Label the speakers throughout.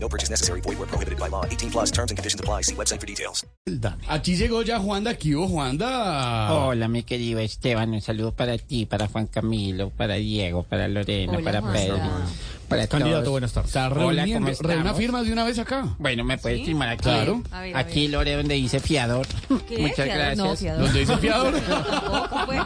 Speaker 1: No purchase necessary. Void where prohibited by law. 18 plus terms and conditions apply. See website for details.
Speaker 2: Aquí llegó ya Juanda, aquí hubo Juanda.
Speaker 3: Hola, mi querido Esteban, un saludo para ti, para Juan Camilo, para Diego, para Lorena,
Speaker 4: Hola,
Speaker 3: para
Speaker 4: Juan.
Speaker 3: Pedro, para
Speaker 2: Candidato,
Speaker 3: todos.
Speaker 2: buenas tardes. Está
Speaker 3: Hola,
Speaker 2: reuniendo,
Speaker 3: ¿cómo estamos?
Speaker 2: reúna firmas de una vez acá.
Speaker 3: Bueno, me puedes firmar aquí.
Speaker 2: Claro.
Speaker 4: A ver, a
Speaker 3: aquí Lore donde dice fiador.
Speaker 4: ¿Qué?
Speaker 3: Muchas
Speaker 4: Fiador,
Speaker 3: gracias.
Speaker 4: no, fiador.
Speaker 2: Donde dice fiador.
Speaker 4: Tampoco, pues.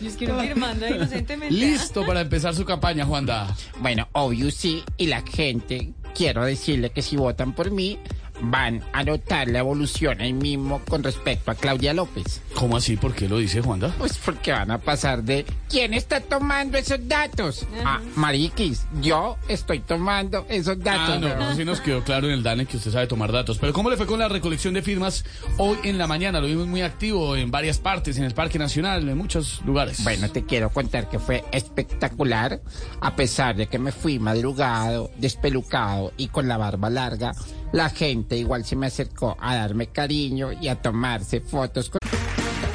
Speaker 4: Yo es que no firmando ahí inocentemente.
Speaker 2: Listo para empezar su campaña, Juanda.
Speaker 3: Bueno, obvio sí, y la gente, quiero decirle que si votan por mí, van a notar la evolución ahí mismo con respecto a Claudia López.
Speaker 2: ¿Cómo así? ¿Por qué lo dice Juanda?
Speaker 3: Pues porque van a pasar de ¿Quién está tomando esos datos? Ah, Mariquis, yo estoy tomando esos datos.
Speaker 2: Ah, no,
Speaker 3: weón.
Speaker 2: no, sí nos quedó claro en el DANE que usted sabe tomar datos. Pero ¿cómo le fue con la recolección de firmas hoy en la mañana? Lo vimos muy activo en varias partes, en el Parque Nacional, en muchos lugares.
Speaker 3: Bueno, te quiero contar que fue espectacular, a pesar de que me fui madrugado, despelucado y con la barba larga, la gente igual se me acercó a darme cariño y a tomarse fotos con...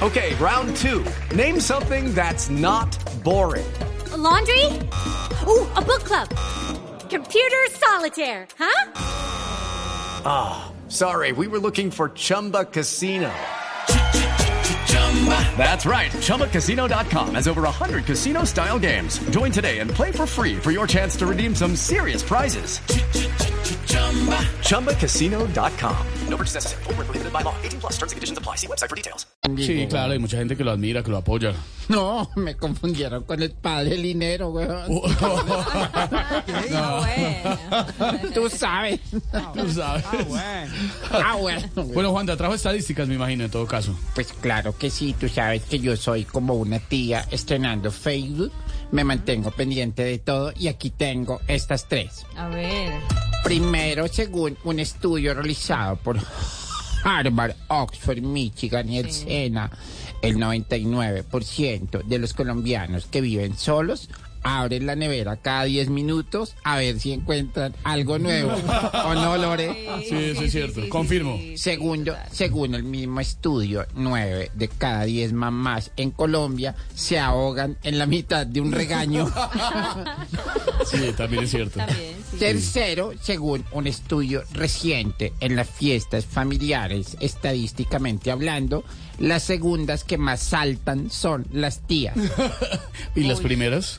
Speaker 5: Okay, round two. Name something that's not boring.
Speaker 6: laundry? Ooh, a book club. Computer solitaire, huh?
Speaker 5: Sorry, we were looking for Chumba Casino. That's right. ChumbaCasino.com has over 100 casino style games. Join today and play for free for your chance to redeem some serious prizes. ChumbaCasino.com. No purchase necessary. Void where prohibited by law. 18 plus terms and conditions apply. See website for details.
Speaker 2: Sí, claro, hay mucha gente que lo admira, que lo apoya.
Speaker 3: No, me confundieron con el padre Linero, weón.
Speaker 2: Oh.
Speaker 4: No, bueno.
Speaker 3: Tú sabes.
Speaker 2: Tú sabes.
Speaker 3: Ah, bueno. weón.
Speaker 2: Bueno, Juanda, trajo estadísticas, me imagino, en todo caso.
Speaker 3: Pues claro que sí, tú sabes que yo soy como una tía estrenando Facebook, me mantengo pendiente de todo y aquí tengo estas tres.
Speaker 4: A ver.
Speaker 3: Primero, según un estudio realizado por Harvard, Oxford, Michigan y el SENA, el 99% de los colombianos que viven solos abren la nevera cada 10 minutos a ver si encuentran algo nuevo. ¿O no, Lore?
Speaker 2: Sí, eso es cierto. Confirmo.
Speaker 3: Segundo, según el mismo estudio, 9 de cada 10 mamás en Colombia se ahogan en la mitad de un regaño.
Speaker 2: Sí, también es cierto.
Speaker 4: También, sí.
Speaker 3: Tercero, según un estudio reciente en las fiestas familiares, estadísticamente hablando, las segundas que más saltan son las tías.
Speaker 2: ¿Y las primeras?